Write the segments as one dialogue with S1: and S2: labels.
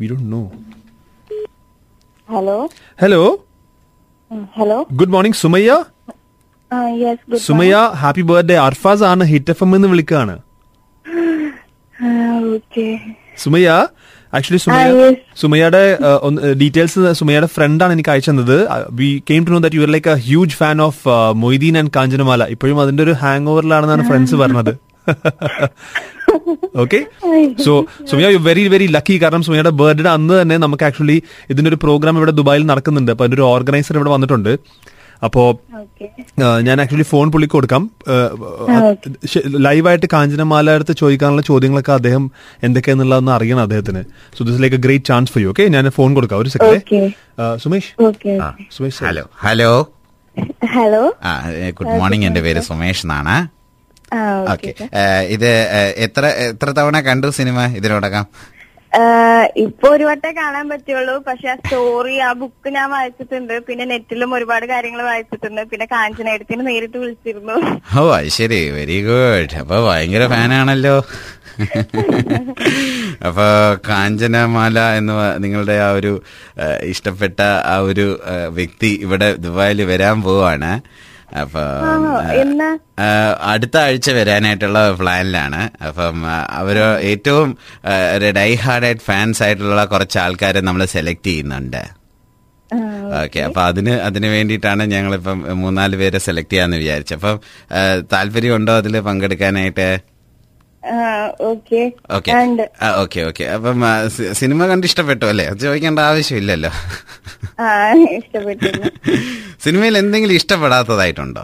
S1: We don't know.
S2: Hello.
S1: Hello.
S2: Mm, Hello.
S1: Good morning, Sumaya.
S2: Uh, yes. Good.
S1: Sumaya, happy birthday. Arfaz ആണ് hit F M എന്ന് വിളിക്കാണ്
S2: Uh, okay.
S1: Sumaya actually Sumaya
S2: Ah, yes.
S1: സുമയുടെ uh, details സുമയുടെ ഫ്രണ്ടാണ് എനിക്ക് അയച്ചു തന്നത് Uh, we came to know that you are like a huge fan of Moideen and Kanchanamala ഇപ്പോഴും അതിന്റെ ഒരു ഹാങ് ഓവറിലാണെന്നാണ് ഫ്രണ്ട്സ് പറഞ്ഞത് okay so Sumiya you very very lucky കാരണം സുമിയയുടെ ബർത്ത്ഡേ അന്ന് തന്നെ നമുക്ക് ആക്ച്വലി ഇതിന്റെ ഒരു പ്രോഗ്രാം ഇവിടെ ദുബായിൽ നടക്കുന്നുണ്ട് അപ്പൊ അതിന്റെ ഒരു ഓർഗനൈസർ ഇവിടെ വന്നിട്ടുണ്ട് അപ്പോ
S2: Okay.
S1: ആ, ഞാൻ ആക്ച്വലി ഫോൺ പുള്ളിക്ക് കൊടുക്കാം ആ, ആ, ശ- ലൈവായിട്ട് കാഞ്ചനമാല അടുത്ത് ചോദിക്കാനുള്ള ചോദ്യങ്ങളൊക്കെ അദ്ദേഹം എന്തൊക്കെയാന്നുള്ളതെന്ന് അറിയണം അദ്ദേഹത്തിന് so this like a great chance for you okay ഞാൻ ഫോൺ കൊടുക്കാം ഒരു സെക്കൻഡ്
S2: Okay.
S1: സുമേഷ്
S2: Okay.
S3: ആ.
S1: Sumesh sir.
S3: Hello hello
S2: Hello.
S3: ആ ഏ, ഗുഡ് മോർണിംഗ് എന്റെ പേര് സുമേഷ് എന്നാണ്
S2: Uh,
S3: ഓക്കെ ഇത് ഏ, എത്ര എത്ര തവണ കണ്ടു സിനിമ ഇതിനോടകം
S2: ഏഹ് Uh, ഇപ്പൊ ഒരു വട്ടേ കാണാൻ പറ്റുള്ളൂ പക്ഷെ ആ സ്റ്റോറി ആ ബുക്ക് ഞാൻ വായിച്ചിട്ടുണ്ട് പിന്നെ നെറ്റിലും ഒരുപാട് കാര്യങ്ങൾ വായിച്ചിട്ടുണ്ട് പിന്നെ കാഞ്ചനയടത്തിന് നേരിട്ട് വിളിച്ചിരുന്നു
S3: ഓ അത് ശരി വെരി ഗുഡ് അപ്പൊ ഭയങ്കര ഫാനാണല്ലോ അപ്പൊ കാഞ്ചനമാല എന്ന് പ- നിങ്ങളുടെ ആ ഒരു ഏ, ഇഷ്ടപ്പെട്ട ആ ഒരു ഏ, വ്യക്തി ഇവിടെ ദുബായിൽ വരാൻ പോവാണ് അപ്പൊ
S2: ആണോ? എന്നാ?
S3: ആ, അടുത്ത ആഴ്ച വരാനായിട്ടുള്ള പ്ലാനിലാണ് അപ്പം ആ, അവര് ഏറ്റവും ആ, ഒരു ഡൈ ഹാർഡായിട്ട് ഫാൻസ് ആയിട്ടുള്ള കുറച്ച് ആൾക്കാരെ നമ്മൾ സെലക്ട് ചെയ്യുന്നുണ്ട്
S2: ആഹ്
S3: ഓക്കെ അപ്പൊ അതിന് അതിന് വേണ്ടിയിട്ടാണ് ഞങ്ങളിപ്പം മൂന്നാല് പേരെ സെലക്ട് ചെയ്യാന്ന് വിചാരിച്ചത് അപ്പം ആ, താല്പര്യമുണ്ടോ അതിൽ പങ്കെടുക്കാനായിട്ട്
S2: ആഹ് okay.
S3: ഓക്കെ
S2: ആ, ഉണ്ട്.
S3: ഓക്കെ ഓക്കെ അപ്പം ആ, സി- സിനിമ കണ്ട് ഇഷ്ടപ്പെട്ടു അല്ലേ അത് ചോദിക്കേണ്ട ആവശ്യമില്ലല്ലോ
S2: ആ ഇഷ്ടപ്പെട്ടിരുന്നു
S3: സിനിമയിൽ എന്തെങ്കിലും ഇഷ്ടപ്പെടാത്തതായിട്ടുണ്ടോ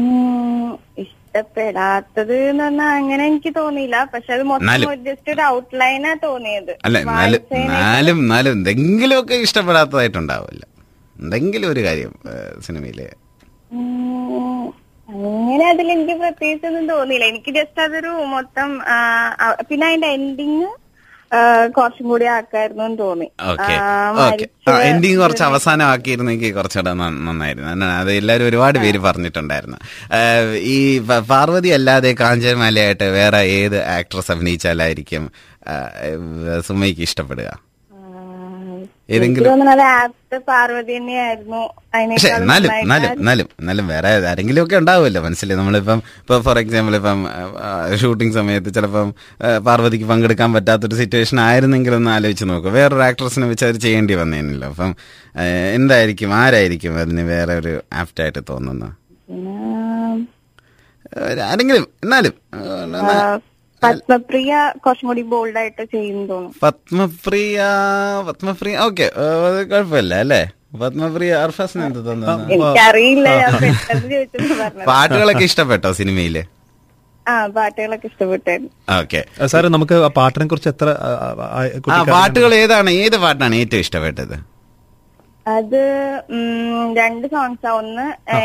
S2: ഉം, ഇഷ്ടപ്പെടാത്തത് എന്ന് പറഞ്ഞാൽ അങ്ങനെ എനിക്ക് തോന്നിയില്ല പക്ഷെ അത്
S3: എന്നാലും-
S2: മൊത്തം ജസ്റ്റ് ഒരു ഔട്ട്ലൈനാ തോന്നിയത്
S3: അല്ല എന്നാലും
S2: വായിച്ചതിനെ-
S3: എന്നാലും എന്നാലും എന്തെങ്കിലുമൊക്കെ ഇഷ്ടപ്പെടാത്തതായിട്ടുണ്ടാവുമല്ലോ എന്തെങ്കിലും ഒരു കാര്യം ആ, സിനിമയില്
S2: ഉം, അങ്ങനെ അതിൽ എനിക്ക് പ്രത്യേകിച്ച് ഒന്നും തോന്നിയില്ല എനിക്ക് ജസ്റ്റ് അതൊരു മൊത്തം ആ, ആ, പിന്നെ അതിന്റെ എൻഡിങ് കുറച്ചും കൂടി ആക്കായിരുന്നു എന്ന് തോന്നി
S3: ഓക്കെ
S2: ആ,
S3: ഓക്കെ
S2: മരിച്ച-
S3: എൻഡിങ് കുറച്ച് അവസാനം ആക്കിയിരുന്നെങ്കിൽ കുറച്ചുകൂടെ നന്ന- നന്നായിരുന്നു കാരണം അത് എല്ലാവരും ഒരുപാട് പേര് പറഞ്ഞിട്ടുണ്ടായിരുന്നു ആ, ഈ പ- പാർവതി അല്ലാതെ കാഞ്ചനമാലയായിട്ട് വേറെ ഏത് ആക്ട്രസ് അഭിനയിച്ചാലായിരിക്കും ആ, ഏ, സുമയ്ക്ക് ഇഷ്ടപ്പെടുക
S2: ആ, എനിക്ക്
S3: ഏതെങ്കിലും-
S2: തോന്നുന്നു അത് ആപ്റ്റ് പാർവതി തന്നെയായിരുന്നു
S3: പക്ഷെ
S2: അതിനേക്കാളും
S3: എന്നാലും എന്നാലും
S2: നന്നായിട്ട്
S3: എന്നാലും എന്നാലും വേറെ ആരെങ്കിലും ഒക്കെ ഉണ്ടാവുമല്ലോ മനസ്സിൽ നമ്മളിപ്പം ഇപ്പൊ ഫോർ എക്സാമ്പിൾ ഇപ്പം ഷൂട്ടിംഗ് സമയത്ത് ചിലപ്പം ആ, പാർവതിക്ക് പങ്കെടുക്കാൻ പറ്റാത്തൊരു സിറ്റുവേഷൻ ആയിരുന്നെങ്കിൽ ഒന്ന് ആലോചിച്ച് നോക്കും വേറൊരു ആക്ട്രസിനെ വെച്ച് അത് ചെയ്യേണ്ടി വന്നേനല്ലോ അപ്പം ആ, എന്തായിരിക്കും ആരായിരിക്കും അതിന് വേറെ ഒരു ആപ്റ്റായിട്ട് തോന്നുന്നത്
S2: പിന്നെ,
S3: ഒരു ആരെങ്കിലും എന്നാലും ആ,
S2: ആ,
S3: എന്നാ-
S2: പത്മപ്രിയ കുറച്ചും കൂടി ബോൾഡ് ആയിട്ട് ചെയ്യുന്നു തോന്നുന്നു
S3: പത്മപ്രിയ പത്മപ്രിയ ഓക്കെ കുഴപ്പമില്ല അല്ലേ പത്മപ്രിയ അർഫാസിന് എന്ത് തോന്നുന്നു
S2: എനിക്കറിയില്ല ഞാൻ പെട്ടെന്ന് ചോദിച്ചെന്ന് പറഞ്ഞത്
S3: പാട്ടുകളൊക്കെ ഇഷ്ടപ്പെട്ടോ സിനിമയില്
S2: ആ പാട്ടുകളൊക്കെ ഇഷ്ടപ്പെട്ടായിരുന്നു
S3: ഓക്കെ
S1: ആ, സാറേ നമുക്ക് ആ പാട്ടിനെ കുറിച്ച് എത്ര ആ, ആ, ആ,
S3: ആ
S1: കുട്ടിക്കാരൻ-
S3: പാട്ടുകൾ ഏതാണ് ഏത് പാട്ടാണ് ഏറ്റവും ഇഷ്ടപ്പെട്ടത്
S2: അത് ഉം, രണ്ട് സോങ്സാ ഒന്ന് ഏ,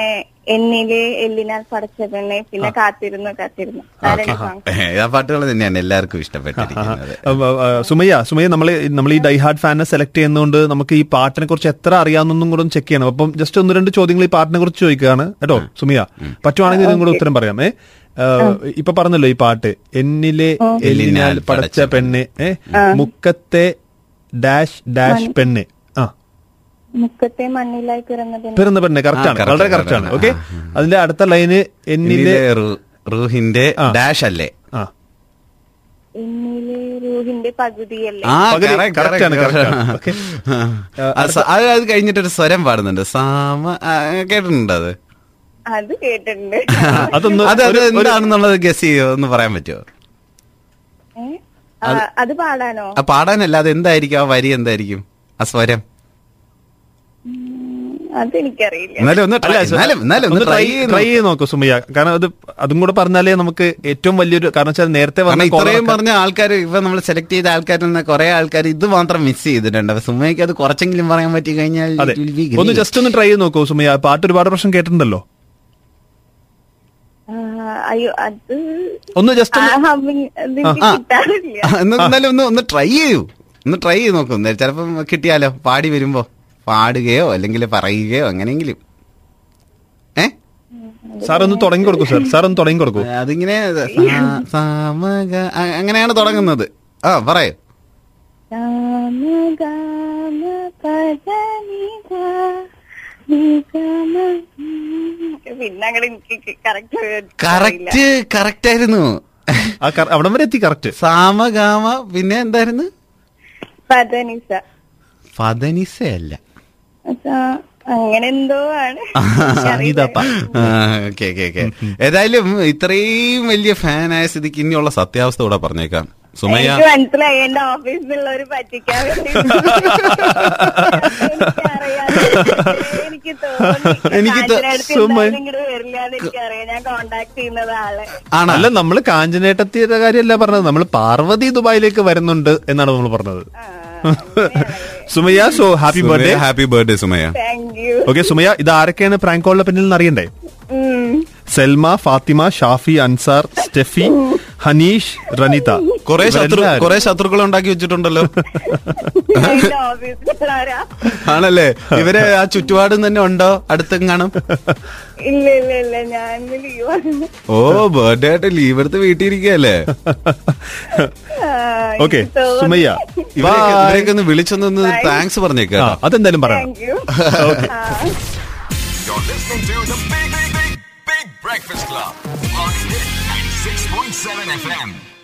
S2: എന്നിലെ എല്ലിനാൽ പടച്ചതന്നെ പിന്നെ കാത്തിരുന്നു കാത്തിരുന്നു ആ രണ്ട് സോങ്സ്
S3: ആ പാട്ടുകൾ തന്നെയാണ് എല്ലാവർക്കും ഇഷ്ടപ്പെട്ടിരിക്കുന്നത്
S1: ആ, ആ, ആ, സുമയ്യ സുമയ്യ നമ്മൾ നമ്മൾ ഈ ഡൈഹാർഡ് ഫാനെ സെലക്ട് ചെയ്യുന്നതുകൊണ്ട് നമുക്ക് ഈ പാട്ടിനെ കുറിച്ച് എത്ര അറിയാവുന്നതും കൂടെ ഒന്ന് ചെക്ക് ചെയ്യണം അപ്പം ജസ്റ്റ് ഒന്ന് രണ്ട് ചോദ്യങ്ങൾ ഈ പാട്ടിനെ കുറിച്ച് ചോദിക്കുകയാണ് കേട്ടോ സുമയ്യ പറ്റുവാണെങ്കിൽ ഇതും കൂടെ ഉത്തരം പറയാമേ ആ, ഇപ്പൊ പറഞ്ഞല്ലോ ഈ പാട്ട് എന്നിലെ എല്ലിനാൽ പടച്ച പെണ്ണ് ഏ മുക്കത്തെ ഡാഷ് ഡാഷ് പെണ്ണ് ആ
S2: മുക്കത്തെ മണ്ണിലായി പിറന്നതിന്
S1: പിറന്ന പെണ്ണ് കറക്റ്റ് ആണ്
S3: correct,
S1: വളരെ
S3: correct
S1: കറക്റ്റ് ആണ്
S3: ആണ്.
S1: ഓക്കെ അതിന്റെ അടുത്ത ലൈന് എന്നിലെ
S3: എന്നിലെ റൂ- റൂഹിന്റെ ഡാഷ് അല്ലേ
S1: ആ
S2: എന്നിലെ റൂഹിന്റെ പകുതിയല്ലേ
S3: ആ
S1: പകുതി
S3: correct,
S1: correct
S3: correct,
S1: ആണ്, correct ആണ്.
S3: correct.
S1: Okay.
S3: ആ, സ- അത് അത് കഴിഞ്ഞിട്ടൊരു സ്വരം പാടുന്നുണ്ട് സാമ ആ, കേട്ടിട്ടുണ്ടോ അത്
S2: അത് കേട്ടിട്ടുണ്ട്
S1: അതൊന്ന്
S3: അത് അത്
S1: ഒരു- ഒരു-
S3: എന്താണെന്നുള്ളത് ഗസ് ചെയ്യോ ഒന്ന് പറയാൻ പറ്റുമോ
S2: ഏ? ആ, അത് പാടാനോ
S3: ആ പാടാനല്ല അത് എന്തായിരിക്കും ആ വരി എന്തായിരിക്കും ആ സ്വരം
S2: ഉം, അതെനിക്കറിയില്ല
S3: എന്നാലും ഒന്ന്
S1: അല്ല,
S3: try-
S1: സു-
S3: എന്നാലും എന്നാലും ഒന്ന്
S1: try
S3: ട്രൈ
S1: ചെയ്ത് try ചെയ്ത് നോക്കൂ സുമയ്യ കാരണം അത് അതും കൂടെ പറഞ്ഞാലേ നമുക്ക് ഏറ്റവും വലിയൊരു കാരണം വെച്ചാൽ നേരത്തെ വന്ന
S3: കാരണം ഇത്രയും
S1: കോളറൊക്കെ-
S3: പറഞ്ഞ ആൾക്കാർ ഇപ്പൊ നമ്മൾ സെലക്ട് ചെയ്ത ആൾക്കാരിൽ നിന്ന് കുറെ ആൾക്കാർ ഇത് മാത്രം മിസ് ചെയ്തിട്ടുണ്ട് അപ്പൊ സുമയ്ക്ക് അത് കുറച്ചെങ്കിലും പറയാൻ പറ്റി കഴിഞ്ഞാൽ
S1: അതെ
S3: it will be
S1: ഒന്ന്
S3: great.
S1: ജസ്റ്റ് ഒന്ന് ട്രൈ ചെയ്ത് നോക്കൂ സുമയ്യ പാട്ട് ഒരുപാട് പ്രശ്നം കേട്ടിട്ടുണ്ടല്ലോ
S2: ആ, അയ്യോ അത്
S1: ഒന്ന് ജസ്റ്റ്
S2: ആ ഹമ്മിങ് അതെനിക്ക്
S3: ആ.
S2: കിട്ടാറില്ല
S3: ആ, എന്നാ- എന്നാലും ഒന്ന് ഒന്ന് ട്രൈ ചെയ്യൂ ഒന്ന് ട്രൈ ചെയ്ത് നോക്കും ചിലപ്പം കിട്ടിയാലോ പാടി വരുമ്പോ പാടുകയോ അല്ലെങ്കിൽ പറയുകയോ അങ്ങനെയെങ്കിലും ഏ
S1: സാർ ഒന്ന് തുടങ്ങി കൊടുക്കൂ സാർ സാർ ഒന്ന് തുടങ്ങി കൊടുക്കൂ
S3: അതിങ്ങനെ സാ- സാമക- അ- അങ്ങനെയാണ് തുടങ്ങുന്നത് ആ പറയൂ
S2: ആ ഗാമ പദനിത നിഗമ പിന്നെ അങ്ങനെ എനിക്ക് കറക്റ്റ്
S3: കറക്റ്റ് കറക്റ്റ് ആയിരുന്നു
S1: ആ കറ- അവിടം വരെ എത്തി കറക്റ്റ്
S3: സാമഗാമ പിന്നെ എന്തായിരുന്നു
S2: പദനിസ
S3: പതനിസ അല്ല
S2: അങ്ങനെ എന്തോ ആണ്
S1: സംഗീതപ്പ
S3: ഓക്കെ ഓക്കെ ഓക്കെ ഏതായാലും ഇത്രയും വലിയ ഫാനായ സ്ഥിതിക്ക് ഇനിയുള്ള സത്യാവസ്ഥ കൂടെ പറഞ്ഞേക്കാം സുമയ്യ
S2: എനിക്ക് മനസ്സിലായി എന്റെ ഓഫീസിൽ നിന്നുള്ളവർ പറ്റിക്കാൻ വേണ്ടി എനിക്കറിയാം. എനിക്ക് തോന്നി
S1: എനിക്ക് തോ-
S2: കാഞ്ചനയുടെ അടുത്ത്
S1: സുമ-
S2: എന്തായാലും ഇങ്ങട് വരില്ലാന്ന് എനിക്കറിയാം ഞാൻ കോണ്ടാക്ട് ചെയ്യുന്നത് ആളെ
S3: ആണോ
S1: അല്ല നമ്മള് കാഞ്ചനേട്ടത്തിന്റെ കാര്യമല്ല പറഞ്ഞത് നമ്മൾ പാർവതി ദുബായിലേക്ക് വരുന്നുണ്ട് എന്നാണ് നമ്മൾ പറഞ്ഞത്
S2: Ah,
S1: Sumayya so happy birthday
S3: happy birthday Sumaya
S2: thank you
S1: okay Sumayya ഇത് ആരൊക്കെയാണ് പ്രാങ്ക് കോളിന്റെ പിന്നിൽ നിന്ന് അറിയണ്ടേ
S2: Mm.
S1: സെൽമ ഫാത്തിമ ഷാഫി അൻസാർ സ്റ്റെഫി ഹനീഷ് റനിത
S3: കുറെ ശത്രു
S1: ഇവരെല്ലാരും.
S3: കുറെ ശത്രുക്കൾ ഉണ്ടാക്കി വെച്ചിട്ടുണ്ടല്ലോ
S2: എന്റെ ഓഫീസിലുള്ളവരാ
S3: ആണല്ലേ ഇവരെ ആ ചുറ്റുപാടും തന്നെ ഉണ്ടോ അടുത്തും കാണും
S2: ഇല്ല ഇല്ല ഇല്ല ഞാൻ ഇന്ന് ലീവ് ആണ്
S3: ഓ ബർത്ത്ഡേ ആയിട്ട് ലീവ് എടുത്ത് വീട്ടിരിക്കല്ലേ
S2: ആ,
S1: ഓക്കെ
S2: എനിക്ക് തോന്നി.
S1: സുമയ്യ Bye.
S3: ഇവരെയൊക്കെ ഒന്ന് വിളിച്ചൊന്ന് താങ്ക്സ്
S1: ആ,
S3: പറഞ്ഞേക്കാം
S1: അതെന്തായാലും പറയണം
S2: Thank you. Ah. ആ.
S4: You're listening to the Big, Big, Big, Big Breakfast Club on Hit 96.7 FM.